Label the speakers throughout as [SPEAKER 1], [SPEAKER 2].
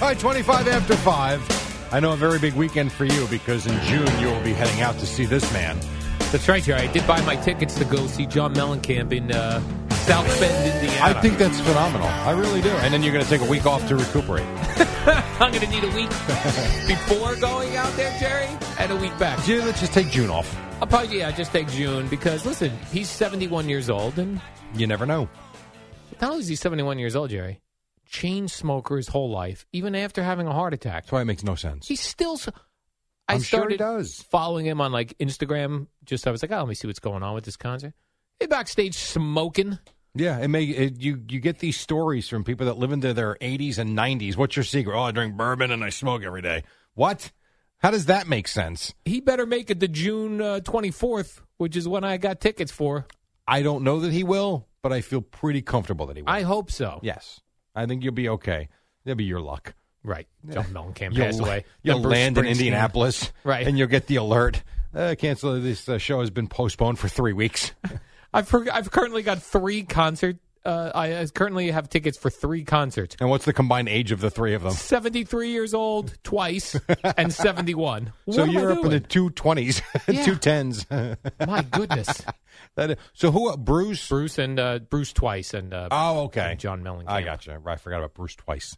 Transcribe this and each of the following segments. [SPEAKER 1] All right, 25 after 5. I know a very big weekend for you because in June you will be heading out to see this man.
[SPEAKER 2] That's right, Jerry. I did buy my tickets to go see John Mellencamp in uh, South Bend, Indiana.
[SPEAKER 1] I think that's phenomenal. I really do. And then you're going to take a week off to recuperate.
[SPEAKER 2] I'm going to need a week before going out there, Jerry, and a week back.
[SPEAKER 1] Yeah, let's just take June off.
[SPEAKER 2] I'll probably yeah, just take June because listen, he's 71 years old, and
[SPEAKER 1] You never know.
[SPEAKER 2] not only is he 71 years old, Jerry, chain smoker his whole life, even after having a heart attack.
[SPEAKER 1] That's why it makes no sense.
[SPEAKER 2] He's still. s- I
[SPEAKER 1] I'm sure he
[SPEAKER 2] started
[SPEAKER 1] does.
[SPEAKER 2] following him on like Instagram. Just I was like, oh, let me see what's going on with this concert. He backstage smoking.
[SPEAKER 1] Yeah, it may it, you you get these stories from people that live into their 80s and 90s. What's your secret? Oh, I drink bourbon and I smoke every day. What? How does that make sense?
[SPEAKER 2] He better make it to June uh, 24th, which is when I got tickets for.
[SPEAKER 1] I don't know that he will, but I feel pretty comfortable that he will.
[SPEAKER 2] I hope so.
[SPEAKER 1] yes, I think you'll be okay. That'll be your luck.
[SPEAKER 2] Right. John Mellencamp
[SPEAKER 1] You'll-
[SPEAKER 2] passed away.
[SPEAKER 1] You'll
[SPEAKER 2] Then Bruce
[SPEAKER 1] land in
[SPEAKER 2] Springsteen.
[SPEAKER 1] Indianapolis,
[SPEAKER 2] Right.
[SPEAKER 1] And you'll get the alert. Uh, cancel this uh, show has been postponed for three weeks.
[SPEAKER 2] I've forg- I've currently got three concert. Uh, I I currently have tickets for three concerts.
[SPEAKER 1] and what's the combined age of the three of them?
[SPEAKER 2] Seventy three years old twice and seventy one.
[SPEAKER 1] so you're up in the two twenties,
[SPEAKER 2] Yeah.
[SPEAKER 1] two tens.
[SPEAKER 2] my goodness.
[SPEAKER 1] That- So who? uh, Bruce.
[SPEAKER 2] Bruce and uh, Bruce twice and uh,
[SPEAKER 1] Oh, okay.
[SPEAKER 2] and John Mellencamp.
[SPEAKER 1] I gotcha. I forgot about Bruce twice.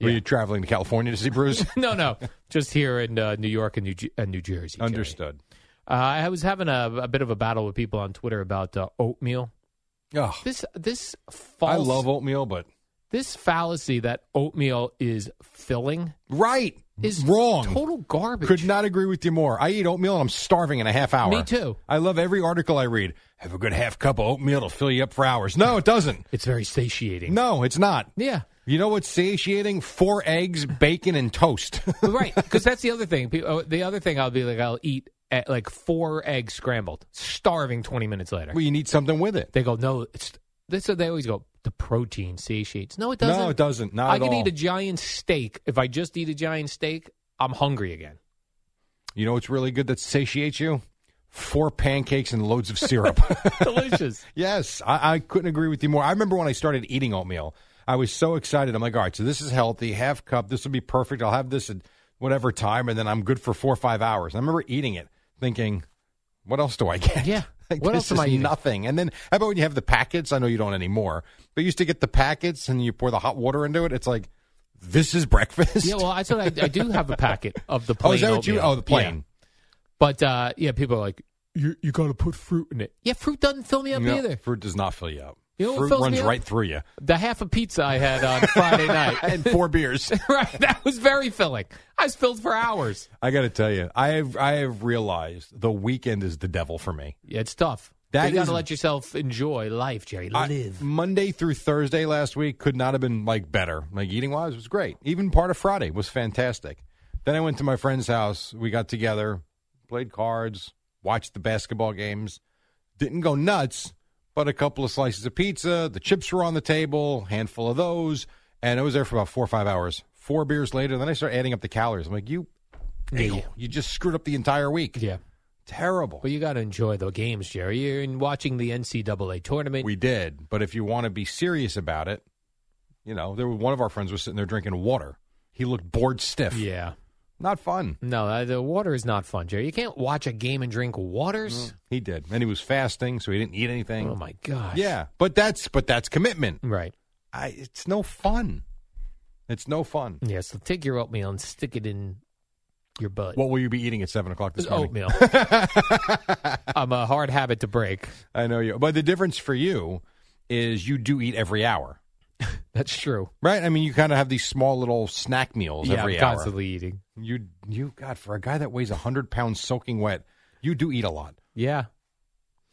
[SPEAKER 1] Were you traveling to California to see Bruce?
[SPEAKER 2] No, no, just here in uh, New York and New J- and New Jersey. Jerry.
[SPEAKER 1] Understood.
[SPEAKER 2] Uh, I was having a, a bit of a battle with people on Twitter about uh, oatmeal.
[SPEAKER 1] Ugh,
[SPEAKER 2] This this false
[SPEAKER 1] I love oatmeal, but
[SPEAKER 2] this fallacy that oatmeal is filling
[SPEAKER 1] right
[SPEAKER 2] is
[SPEAKER 1] wrong.
[SPEAKER 2] Total garbage.
[SPEAKER 1] Could not agree with you more. I eat oatmeal and I'm starving in a half hour.
[SPEAKER 2] Me too.
[SPEAKER 1] I love every article I read. Have a good half cup of oatmeal, it'll fill you up for hours. No, it doesn't.
[SPEAKER 2] It's very satiating.
[SPEAKER 1] No, it's not.
[SPEAKER 2] Yeah.
[SPEAKER 1] You know what's satiating? Four eggs, bacon, and toast.
[SPEAKER 2] right. Because that's the other thing. Pe- oh, The other thing I'll be like, I'll eat at like four eggs scrambled, starving 20 minutes later.
[SPEAKER 1] well, you need something with it.
[SPEAKER 2] they go, no, it's. That's what they always go. The protein satiates. No, it doesn't.
[SPEAKER 1] No, it doesn't. Not
[SPEAKER 2] I
[SPEAKER 1] at
[SPEAKER 2] can
[SPEAKER 1] all.
[SPEAKER 2] eat a giant steak. If I just eat a giant steak, I'm hungry again.
[SPEAKER 1] You know what's really good that satiates you? Four pancakes and loads of syrup.
[SPEAKER 2] Delicious.
[SPEAKER 1] Yes, I, I couldn't agree with you more. I remember when I started eating oatmeal, I was so excited. I'm like, all right, so this is healthy, half cup. This will be perfect. I'll have this at whatever time, and then I'm good for four or five hours. I remember eating it, thinking, what else do I get?
[SPEAKER 2] Yeah.
[SPEAKER 1] Like,
[SPEAKER 2] What
[SPEAKER 1] this
[SPEAKER 2] else am
[SPEAKER 1] is
[SPEAKER 2] I eating?
[SPEAKER 1] Nothing. And then how about when you have the packets? I know you don't anymore, but you used to get the packets and you pour the hot water into it. It's like, this is breakfast.
[SPEAKER 2] yeah, well, I said I, I do have a packet of the plain.
[SPEAKER 1] oh, is that what you?
[SPEAKER 2] oatmeal.
[SPEAKER 1] Oh, the plain.
[SPEAKER 2] Yeah. But uh, yeah, people are like, you you got to put fruit in it. Yeah, fruit doesn't fill me up
[SPEAKER 1] No,
[SPEAKER 2] either.
[SPEAKER 1] fruit does not fill you up.
[SPEAKER 2] You know what
[SPEAKER 1] fruit
[SPEAKER 2] fills
[SPEAKER 1] runs
[SPEAKER 2] me up?
[SPEAKER 1] right through you.
[SPEAKER 2] The half a pizza I had on Friday night.
[SPEAKER 1] and four beers.
[SPEAKER 2] right, that was very filling. I was filled for hours.
[SPEAKER 1] I got to tell you, I have I have realized the weekend is the devil for me.
[SPEAKER 2] Yeah, it's tough.
[SPEAKER 1] That
[SPEAKER 2] you got
[SPEAKER 1] is-
[SPEAKER 2] to let yourself enjoy life, Jerry.
[SPEAKER 1] I- Mm,
[SPEAKER 2] Live.
[SPEAKER 1] Monday through Thursday last week could not have been like better. Like eating wise was great. Even part of Friday was fantastic. Then I went to my friend's house. We got together, played cards, watched the basketball games. Didn't go nuts, but but a couple of slices of pizza. The chips were on the table, handful of those, and I was there for about four or five hours. Four beers later, then I started adding up the calories. I'm like, you,
[SPEAKER 2] Yeah.
[SPEAKER 1] you just screwed up the entire week.
[SPEAKER 2] Yeah.
[SPEAKER 1] Terrible.
[SPEAKER 2] Well, you got to enjoy the games, Jerry. You're in watching the NCAA tournament.
[SPEAKER 1] We did, but if you want to be serious about it, you know, there were one of our friends was sitting there drinking water. He looked bored stiff.
[SPEAKER 2] yeah.
[SPEAKER 1] Not fun.
[SPEAKER 2] No, uh, the water is not fun, Jerry. You can't watch a game and drink waters.
[SPEAKER 1] He did, and he was fasting, so he didn't eat anything.
[SPEAKER 2] Oh, my gosh.
[SPEAKER 1] Yeah, but that's but that's commitment.
[SPEAKER 2] Right.
[SPEAKER 1] I, it's no fun. It's no fun.
[SPEAKER 2] Yeah, so take your oatmeal and stick it in your butt.
[SPEAKER 1] What will you be eating at seven o'clock this
[SPEAKER 2] It's
[SPEAKER 1] morning?
[SPEAKER 2] oatmeal. I'm a hard habit to break.
[SPEAKER 1] I know you, but the difference for you is you do eat every hour,
[SPEAKER 2] That's true.
[SPEAKER 1] right? I mean, you kind of have these small little snack meals
[SPEAKER 2] yeah,
[SPEAKER 1] every
[SPEAKER 2] I'm
[SPEAKER 1] hour.
[SPEAKER 2] constantly eating.
[SPEAKER 1] You you God for a guy that weighs hundred pounds soaking wet, you do eat a lot.
[SPEAKER 2] Yeah.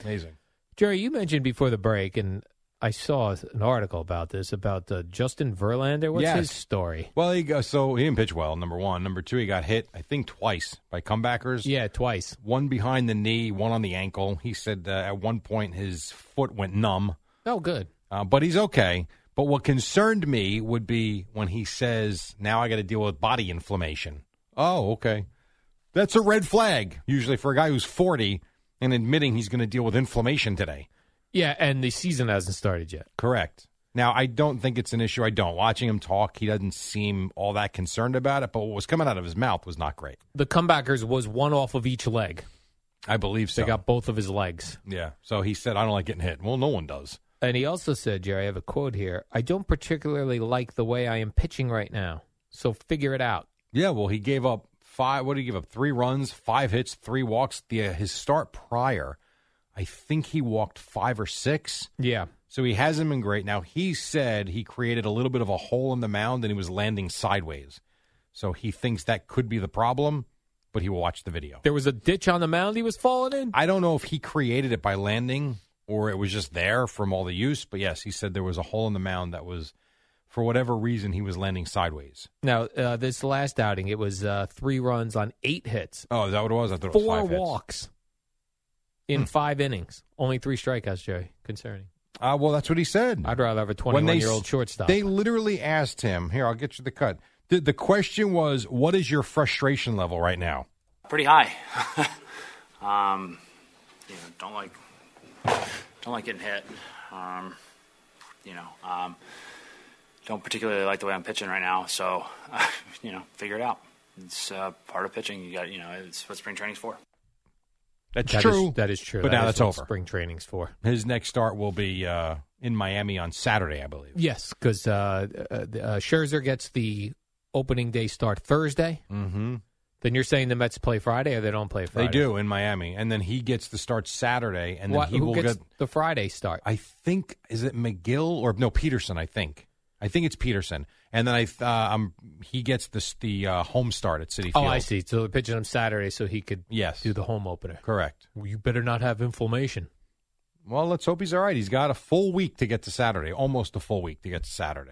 [SPEAKER 1] Amazing.
[SPEAKER 2] Jerry, you mentioned before the break, and I saw an article about this about uh, Justin Verlander. What's
[SPEAKER 1] Yes.
[SPEAKER 2] his story?
[SPEAKER 1] Well, he got, so he didn't pitch well. Number one, number two, he got hit I think twice by comebackers.
[SPEAKER 2] Yeah, twice.
[SPEAKER 1] One behind the knee, one on the ankle. He said uh, at one point his foot went numb.
[SPEAKER 2] Oh, good.
[SPEAKER 1] uh, but he's okay. But what concerned me would be when he says, "Now I got to deal with body inflammation." Oh, okay, that's a red flag usually for a guy who's forty and admitting he's going to deal with inflammation today.
[SPEAKER 2] Yeah, and the season hasn't started yet.
[SPEAKER 1] Correct. Now I don't think it's an issue. I don't watching him talk. He doesn't seem all that concerned about it. But what was coming out of his mouth was not great.
[SPEAKER 2] The comebackers was one off of each leg.
[SPEAKER 1] I believe so.
[SPEAKER 2] They got both of his legs.
[SPEAKER 1] yeah. So he said, "I don't like getting hit." Well, no one does.
[SPEAKER 2] And he also said, Jerry, I have a quote here. I don't particularly like the way I am pitching right now. So figure it out.
[SPEAKER 1] Yeah, well, he gave up five. What did he give up? Three runs, five hits, three walks. The uh, his start prior, I think he walked five or six.
[SPEAKER 2] Yeah.
[SPEAKER 1] So he hasn't been great. Now he said he created a little bit of a hole in the mound and he was landing sideways. So he thinks that could be the problem, but he will watch the video.
[SPEAKER 2] There was a ditch on the mound he was falling in.
[SPEAKER 1] I don't know if he created it by landing or it was just there from all the use. But yes, he said there was a hole in the mound that was, for whatever reason, he was landing sideways.
[SPEAKER 2] Now, uh, this last outing, it was uh, three runs on eight hits,
[SPEAKER 1] Oh, is that what it was? I thought it was
[SPEAKER 2] four
[SPEAKER 1] five hits. Hmm.
[SPEAKER 2] walks in five innings, only three strikeouts, Jerry. Concerning.
[SPEAKER 1] Uh, well, that's what he said.
[SPEAKER 2] I'd rather have a
[SPEAKER 1] When they
[SPEAKER 2] 21 year old
[SPEAKER 1] s-
[SPEAKER 2] shortstop.
[SPEAKER 1] They literally asked him, here, I'll get you the cut. The, the question was, what is your frustration level right now?
[SPEAKER 3] pretty high. um, you know, don't like don't like getting hit. Um, you know, um, don't particularly like the way I'm pitching right now. So, you know, figure it out. It's uh, part of pitching. You got, you know, it's what spring training's for.
[SPEAKER 1] That's
[SPEAKER 2] That is-
[SPEAKER 1] true.
[SPEAKER 2] that is true.
[SPEAKER 1] But
[SPEAKER 2] That
[SPEAKER 1] now
[SPEAKER 2] is
[SPEAKER 1] that's
[SPEAKER 2] what
[SPEAKER 1] over.
[SPEAKER 2] Spring training's for.
[SPEAKER 1] His next start will be uh, in Miami on Saturday, I believe.
[SPEAKER 2] Yes, because uh, uh, uh, Scherzer gets the opening day start Thursday.
[SPEAKER 1] Mm-hmm.
[SPEAKER 2] Then you're saying the Mets play Friday or they don't play Friday?
[SPEAKER 1] They do in Miami. And then he gets to start Saturday. And then
[SPEAKER 2] Why-
[SPEAKER 1] he
[SPEAKER 2] who
[SPEAKER 1] will
[SPEAKER 2] gets
[SPEAKER 1] get,
[SPEAKER 2] the Friday start?
[SPEAKER 1] I think, is it McGill or, no, Peterson, I think. I think it's Peterson. And then I, th- uh, um, he gets this, the uh, home start at City
[SPEAKER 2] oh,
[SPEAKER 1] Field.
[SPEAKER 2] I see. So they're pitching him Saturday so he could
[SPEAKER 1] Yes.
[SPEAKER 2] do the home opener.
[SPEAKER 1] Correct.
[SPEAKER 2] You better not have inflammation.
[SPEAKER 1] Well, let's hope he's all right. He's got a full week to get to Saturday, almost a full week to get to Saturday.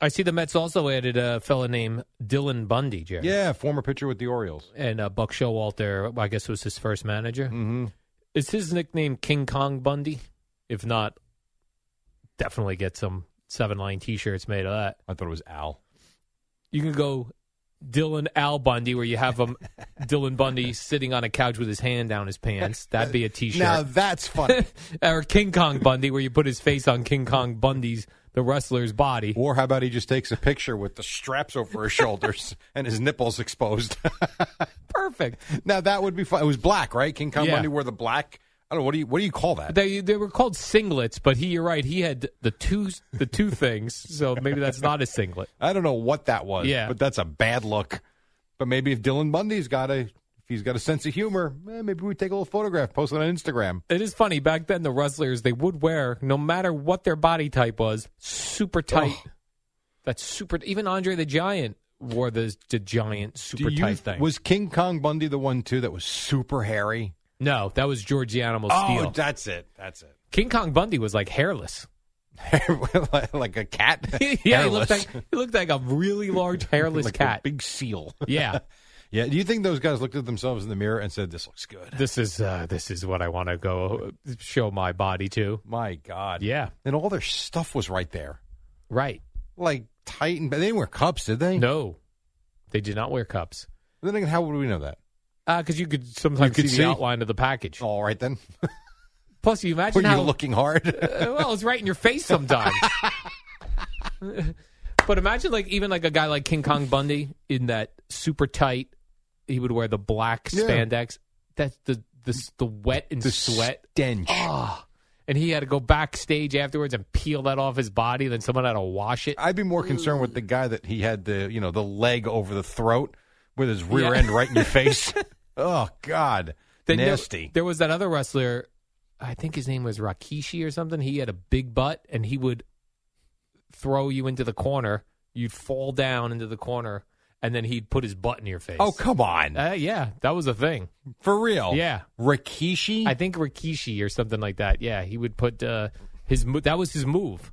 [SPEAKER 2] I see the Mets also added a fella named Dylan Bundy, Jerry.
[SPEAKER 1] Yeah, former pitcher with the Orioles.
[SPEAKER 2] And uh, Buck Showalter, I guess, was his first manager. Mm-hmm. Is his nickname King Kong Bundy? If not, definitely get some seven line t shirts made of that.
[SPEAKER 1] I thought it was Al.
[SPEAKER 2] You can go Dylan Al Bundy, where you have um, Dylan Bundy sitting on a couch with his hand down his pants. That'd be a t shirt.
[SPEAKER 1] that's funny.
[SPEAKER 2] or King Kong Bundy, where you put his face on King Kong Bundy's the wrestler's body.
[SPEAKER 1] or how about he just takes a picture with the straps over his shoulders and his nipples exposed?
[SPEAKER 2] Perfect.
[SPEAKER 1] now that would be fun. It was black, right? King Kong
[SPEAKER 2] Yeah.
[SPEAKER 1] Bundy wore the black. I don't know what do you what do you call that?
[SPEAKER 2] They they were called singlets, but he you're right. He had the two the two things, so maybe that's not a singlet.
[SPEAKER 1] I don't know what that was.
[SPEAKER 2] Yeah.
[SPEAKER 1] but that's a bad look. But maybe if Dylan Bundy's got a If he's got a sense of humor, eh, maybe we take a little photograph, post it on Instagram.
[SPEAKER 2] It is funny. Back then, the wrestlers they would wear, no matter what their body type was, super tight. That's super. Even Andre the Giant wore the, the giant super
[SPEAKER 1] Do you-
[SPEAKER 2] tight thing.
[SPEAKER 1] Was King Kong Bundy the one too that was super hairy?
[SPEAKER 2] no, that was George the Animal Steel.
[SPEAKER 1] Oh, that's it. That's it.
[SPEAKER 2] King Kong Bundy was like hairless.
[SPEAKER 1] like a cat.
[SPEAKER 2] yeah, he looked
[SPEAKER 1] Hairless.
[SPEAKER 2] like he looked like a really large hairless
[SPEAKER 1] Like a
[SPEAKER 2] cat.
[SPEAKER 1] big seal.
[SPEAKER 2] yeah,
[SPEAKER 1] Yeah. Do you think those guys looked at themselves in the mirror and said, "This looks good"?
[SPEAKER 2] this is uh, this is what I want to go uh, show my body to.
[SPEAKER 1] My God.
[SPEAKER 2] Yeah,
[SPEAKER 1] And all their stuff was right there,
[SPEAKER 2] right.
[SPEAKER 1] like tight and. They didn't wear cups, did they?
[SPEAKER 2] No, they did not wear cups
[SPEAKER 1] Then again, how would we know that?
[SPEAKER 2] because you could sometimes
[SPEAKER 1] could
[SPEAKER 2] see,
[SPEAKER 1] see.
[SPEAKER 2] the outline of the package.
[SPEAKER 1] All right then.
[SPEAKER 2] Plus, you
[SPEAKER 1] Were
[SPEAKER 2] imagine
[SPEAKER 1] you
[SPEAKER 2] how
[SPEAKER 1] looking hard?
[SPEAKER 2] Uh, well, it's right in your face sometimes. but imagine like even like a guy like King Kong Bundy in that super tight. He would wear the black
[SPEAKER 1] Yeah.
[SPEAKER 2] spandex. That's the the the wet and
[SPEAKER 1] the
[SPEAKER 2] sweat.
[SPEAKER 1] stench.
[SPEAKER 2] And he had to go backstage afterwards and peel that off his body. Then someone had to wash it.
[SPEAKER 1] I'd be more concerned with the guy that he had the you know the leg over the throat with his rear end right in your face. oh God,
[SPEAKER 2] Then there-
[SPEAKER 1] nasty.
[SPEAKER 2] There, was that other wrestler. I think his name was Rakishi or something. He had a big butt, and he would throw you into the corner. You'd fall down into the corner, and then he'd put his butt in your face.
[SPEAKER 1] oh come on,
[SPEAKER 2] Uh, yeah, that was a thing.
[SPEAKER 1] for real?
[SPEAKER 2] Yeah.
[SPEAKER 1] Rikishi.
[SPEAKER 2] I think Rikishi or something like that. Yeah, he would put uh, his mo- that was his move.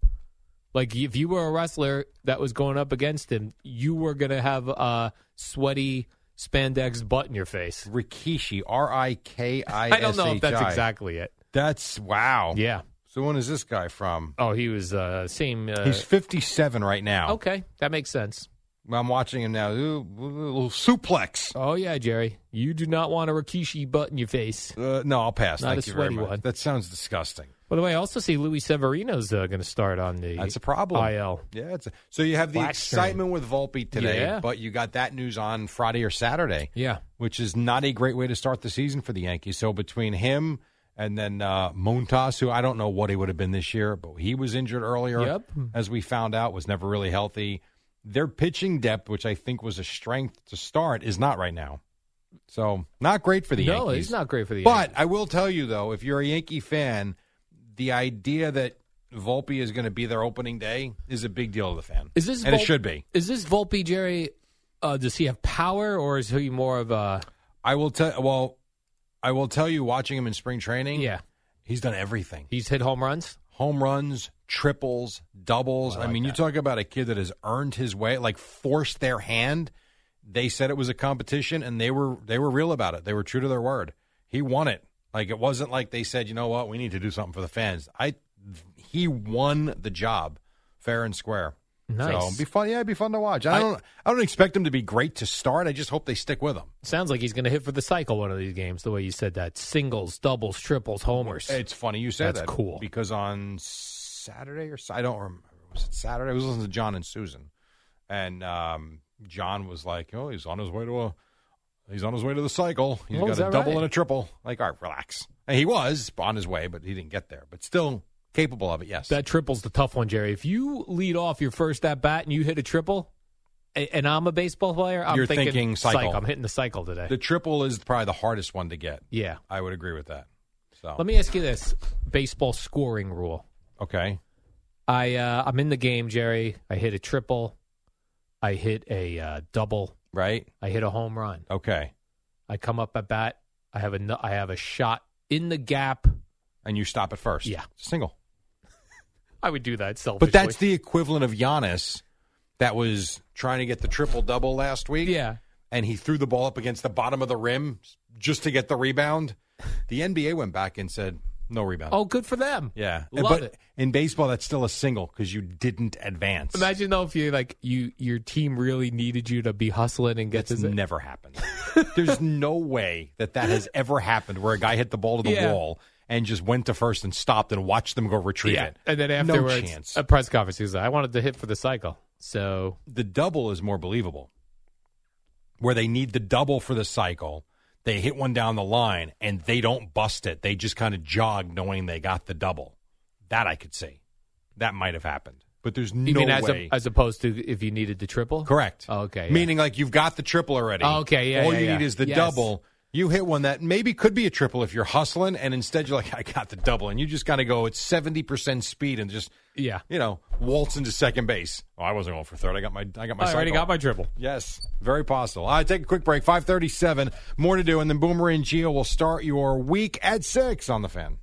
[SPEAKER 2] Like if you were a wrestler that was going up against him, you were gonna have a sweaty spandex butt in your face.
[SPEAKER 1] Rikishi. R I K I.
[SPEAKER 2] I don't know if that's
[SPEAKER 1] S H I.
[SPEAKER 2] exactly it.
[SPEAKER 1] That's wow.
[SPEAKER 2] Yeah.
[SPEAKER 1] So when is this guy from?
[SPEAKER 2] Oh, he was uh, same. Uh,
[SPEAKER 1] He's fifty-seven right now.
[SPEAKER 2] okay, that makes sense.
[SPEAKER 1] I'm watching him now. Ooh, ooh, ooh, suplex.
[SPEAKER 2] Oh yeah, Jerry, you do not want a Rikishi butt in your face.
[SPEAKER 1] Uh, no, I'll pass.
[SPEAKER 2] Not
[SPEAKER 1] Thank
[SPEAKER 2] a
[SPEAKER 1] you very
[SPEAKER 2] sweaty
[SPEAKER 1] much.
[SPEAKER 2] one.
[SPEAKER 1] That sounds disgusting.
[SPEAKER 2] By the way, I also see Louis Severino's uh, going to start on the.
[SPEAKER 1] That's a problem.
[SPEAKER 2] IL.
[SPEAKER 1] Yeah, it's a, so you have the
[SPEAKER 2] Black strain.
[SPEAKER 1] excitement with Volpe today,
[SPEAKER 2] Yeah.
[SPEAKER 1] but you got that news on Friday or Saturday,
[SPEAKER 2] Yeah.
[SPEAKER 1] which is not a great way to start the season for the Yankees. So between him and then uh, Montas, who I don't know what he would have been this year, but he was injured earlier,
[SPEAKER 2] Yep.
[SPEAKER 1] as we found out, was never really healthy. Their pitching depth, which I think was a strength to start, is not right now. So not great for the
[SPEAKER 2] no,
[SPEAKER 1] Yankees.
[SPEAKER 2] he's not great for the.
[SPEAKER 1] But I will tell you though, if you're a Yankee fan, the idea that Volpe is going to be their opening day is a big deal to the fan.
[SPEAKER 2] Is this
[SPEAKER 1] and it
[SPEAKER 2] Vol-
[SPEAKER 1] should be.
[SPEAKER 2] Is this Volpe Jerry? Uh, does he have power, or is he more of a?
[SPEAKER 1] I will tell. Well, I will tell you. Watching him in spring training,
[SPEAKER 2] Yeah,
[SPEAKER 1] he's done everything:
[SPEAKER 2] he's hit home runs.
[SPEAKER 1] home runs, triples, doubles. I, mean, you talk about a kid that has earned his way, like forced their hand. They said it was a competition, and they were they were real about it. They were true to their word. He won it. Like it wasn't like they said, you know what, we need to do something for the fans. I he won the job, fair and square. So
[SPEAKER 2] Nice.
[SPEAKER 1] it'd be fun. Yeah, it'd be fun to watch. I,
[SPEAKER 2] I-
[SPEAKER 1] don't. I don't expect him to be great to start. I just hope they stick with him.
[SPEAKER 2] Sounds like he's going to hit for the cycle one of these games. The way you said that, singles, doubles, triples, homers.
[SPEAKER 1] It's funny you said
[SPEAKER 2] That's
[SPEAKER 1] that.
[SPEAKER 2] cool.
[SPEAKER 1] Because on Saturday or I don't remember. Was it Saturday? I was listening to John and Susan, and um, John was like, "Oh, he's on his way to a, he's on his way to the cycle. He's
[SPEAKER 2] Oh,
[SPEAKER 1] got
[SPEAKER 2] is
[SPEAKER 1] a
[SPEAKER 2] that
[SPEAKER 1] double
[SPEAKER 2] right?
[SPEAKER 1] and a triple. Like, all right, relax." And he was on his way, but he didn't get there. But still capable of it. Yes.
[SPEAKER 2] That triple's the tough one, Jerry. If you lead off your first at bat and you hit a triple, a- and I'm a baseball player, I'm
[SPEAKER 1] You're thinking cycle.
[SPEAKER 2] I'm hitting the cycle today.
[SPEAKER 1] the triple is probably the hardest one to get.
[SPEAKER 2] yeah.
[SPEAKER 1] I would agree with that. So
[SPEAKER 2] Let me ask you this: baseball scoring rule.
[SPEAKER 1] okay.
[SPEAKER 2] I uh, I'm in the game, Jerry. I hit a triple. I hit a uh, double.
[SPEAKER 1] Right.
[SPEAKER 2] I hit a home run.
[SPEAKER 1] Okay.
[SPEAKER 2] I come up at bat. I have a nu- I have a shot in the gap.
[SPEAKER 1] And you stop at first.
[SPEAKER 2] Yeah.
[SPEAKER 1] Single.
[SPEAKER 2] I would do that selfishly.
[SPEAKER 1] But that's the equivalent of Giannis that was trying to get the triple double last week.
[SPEAKER 2] yeah.
[SPEAKER 1] And he threw the ball up against the bottom of the rim just to get the rebound. The NBA went back and said, no rebound.
[SPEAKER 2] Oh, good for them.
[SPEAKER 1] yeah.
[SPEAKER 2] love
[SPEAKER 1] but
[SPEAKER 2] it.
[SPEAKER 1] in baseball, that's still a single because you didn't advance.
[SPEAKER 2] Imagine though if you like you your team really needed you to be hustling and get
[SPEAKER 1] that's
[SPEAKER 2] this.
[SPEAKER 1] never happened. There's no way that that has ever happened where a guy hit the ball to the
[SPEAKER 2] Yeah.
[SPEAKER 1] wall and just went to first and stopped and watched them go retrieve
[SPEAKER 2] yeah.
[SPEAKER 1] it.
[SPEAKER 2] And then
[SPEAKER 1] no
[SPEAKER 2] afterwards,
[SPEAKER 1] chance.
[SPEAKER 2] a press conference. He's like, "I wanted to hit for the cycle." So
[SPEAKER 1] the double is more believable. Where they need the double for the cycle, they hit one down the line and they don't bust it. They just kind of jog knowing they got the double. That I could see. That might have happened. But there's no
[SPEAKER 2] you mean as,
[SPEAKER 1] way.
[SPEAKER 2] a, as opposed to if you needed the triple?
[SPEAKER 1] Correct.
[SPEAKER 2] Oh, okay. yeah.
[SPEAKER 1] Meaning like you've got the triple already.
[SPEAKER 2] Oh, okay, yeah,
[SPEAKER 1] All
[SPEAKER 2] yeah,
[SPEAKER 1] you
[SPEAKER 2] yeah.
[SPEAKER 1] need is the
[SPEAKER 2] Yes.
[SPEAKER 1] double. You hit one that maybe could be a triple if you're hustling, and instead you're like, I got the double, and you just kind of go at seventy percent speed and just
[SPEAKER 2] yeah,
[SPEAKER 1] you know, waltz into second base. Oh, I wasn't going for third. I got my I got my.
[SPEAKER 2] I already
[SPEAKER 1] cycle.
[SPEAKER 2] got my triple.
[SPEAKER 1] Yes, very possible. All right, take a quick break. Five thirty-seven. More to do, and then Boomer and Geo will start your week at six on the fan.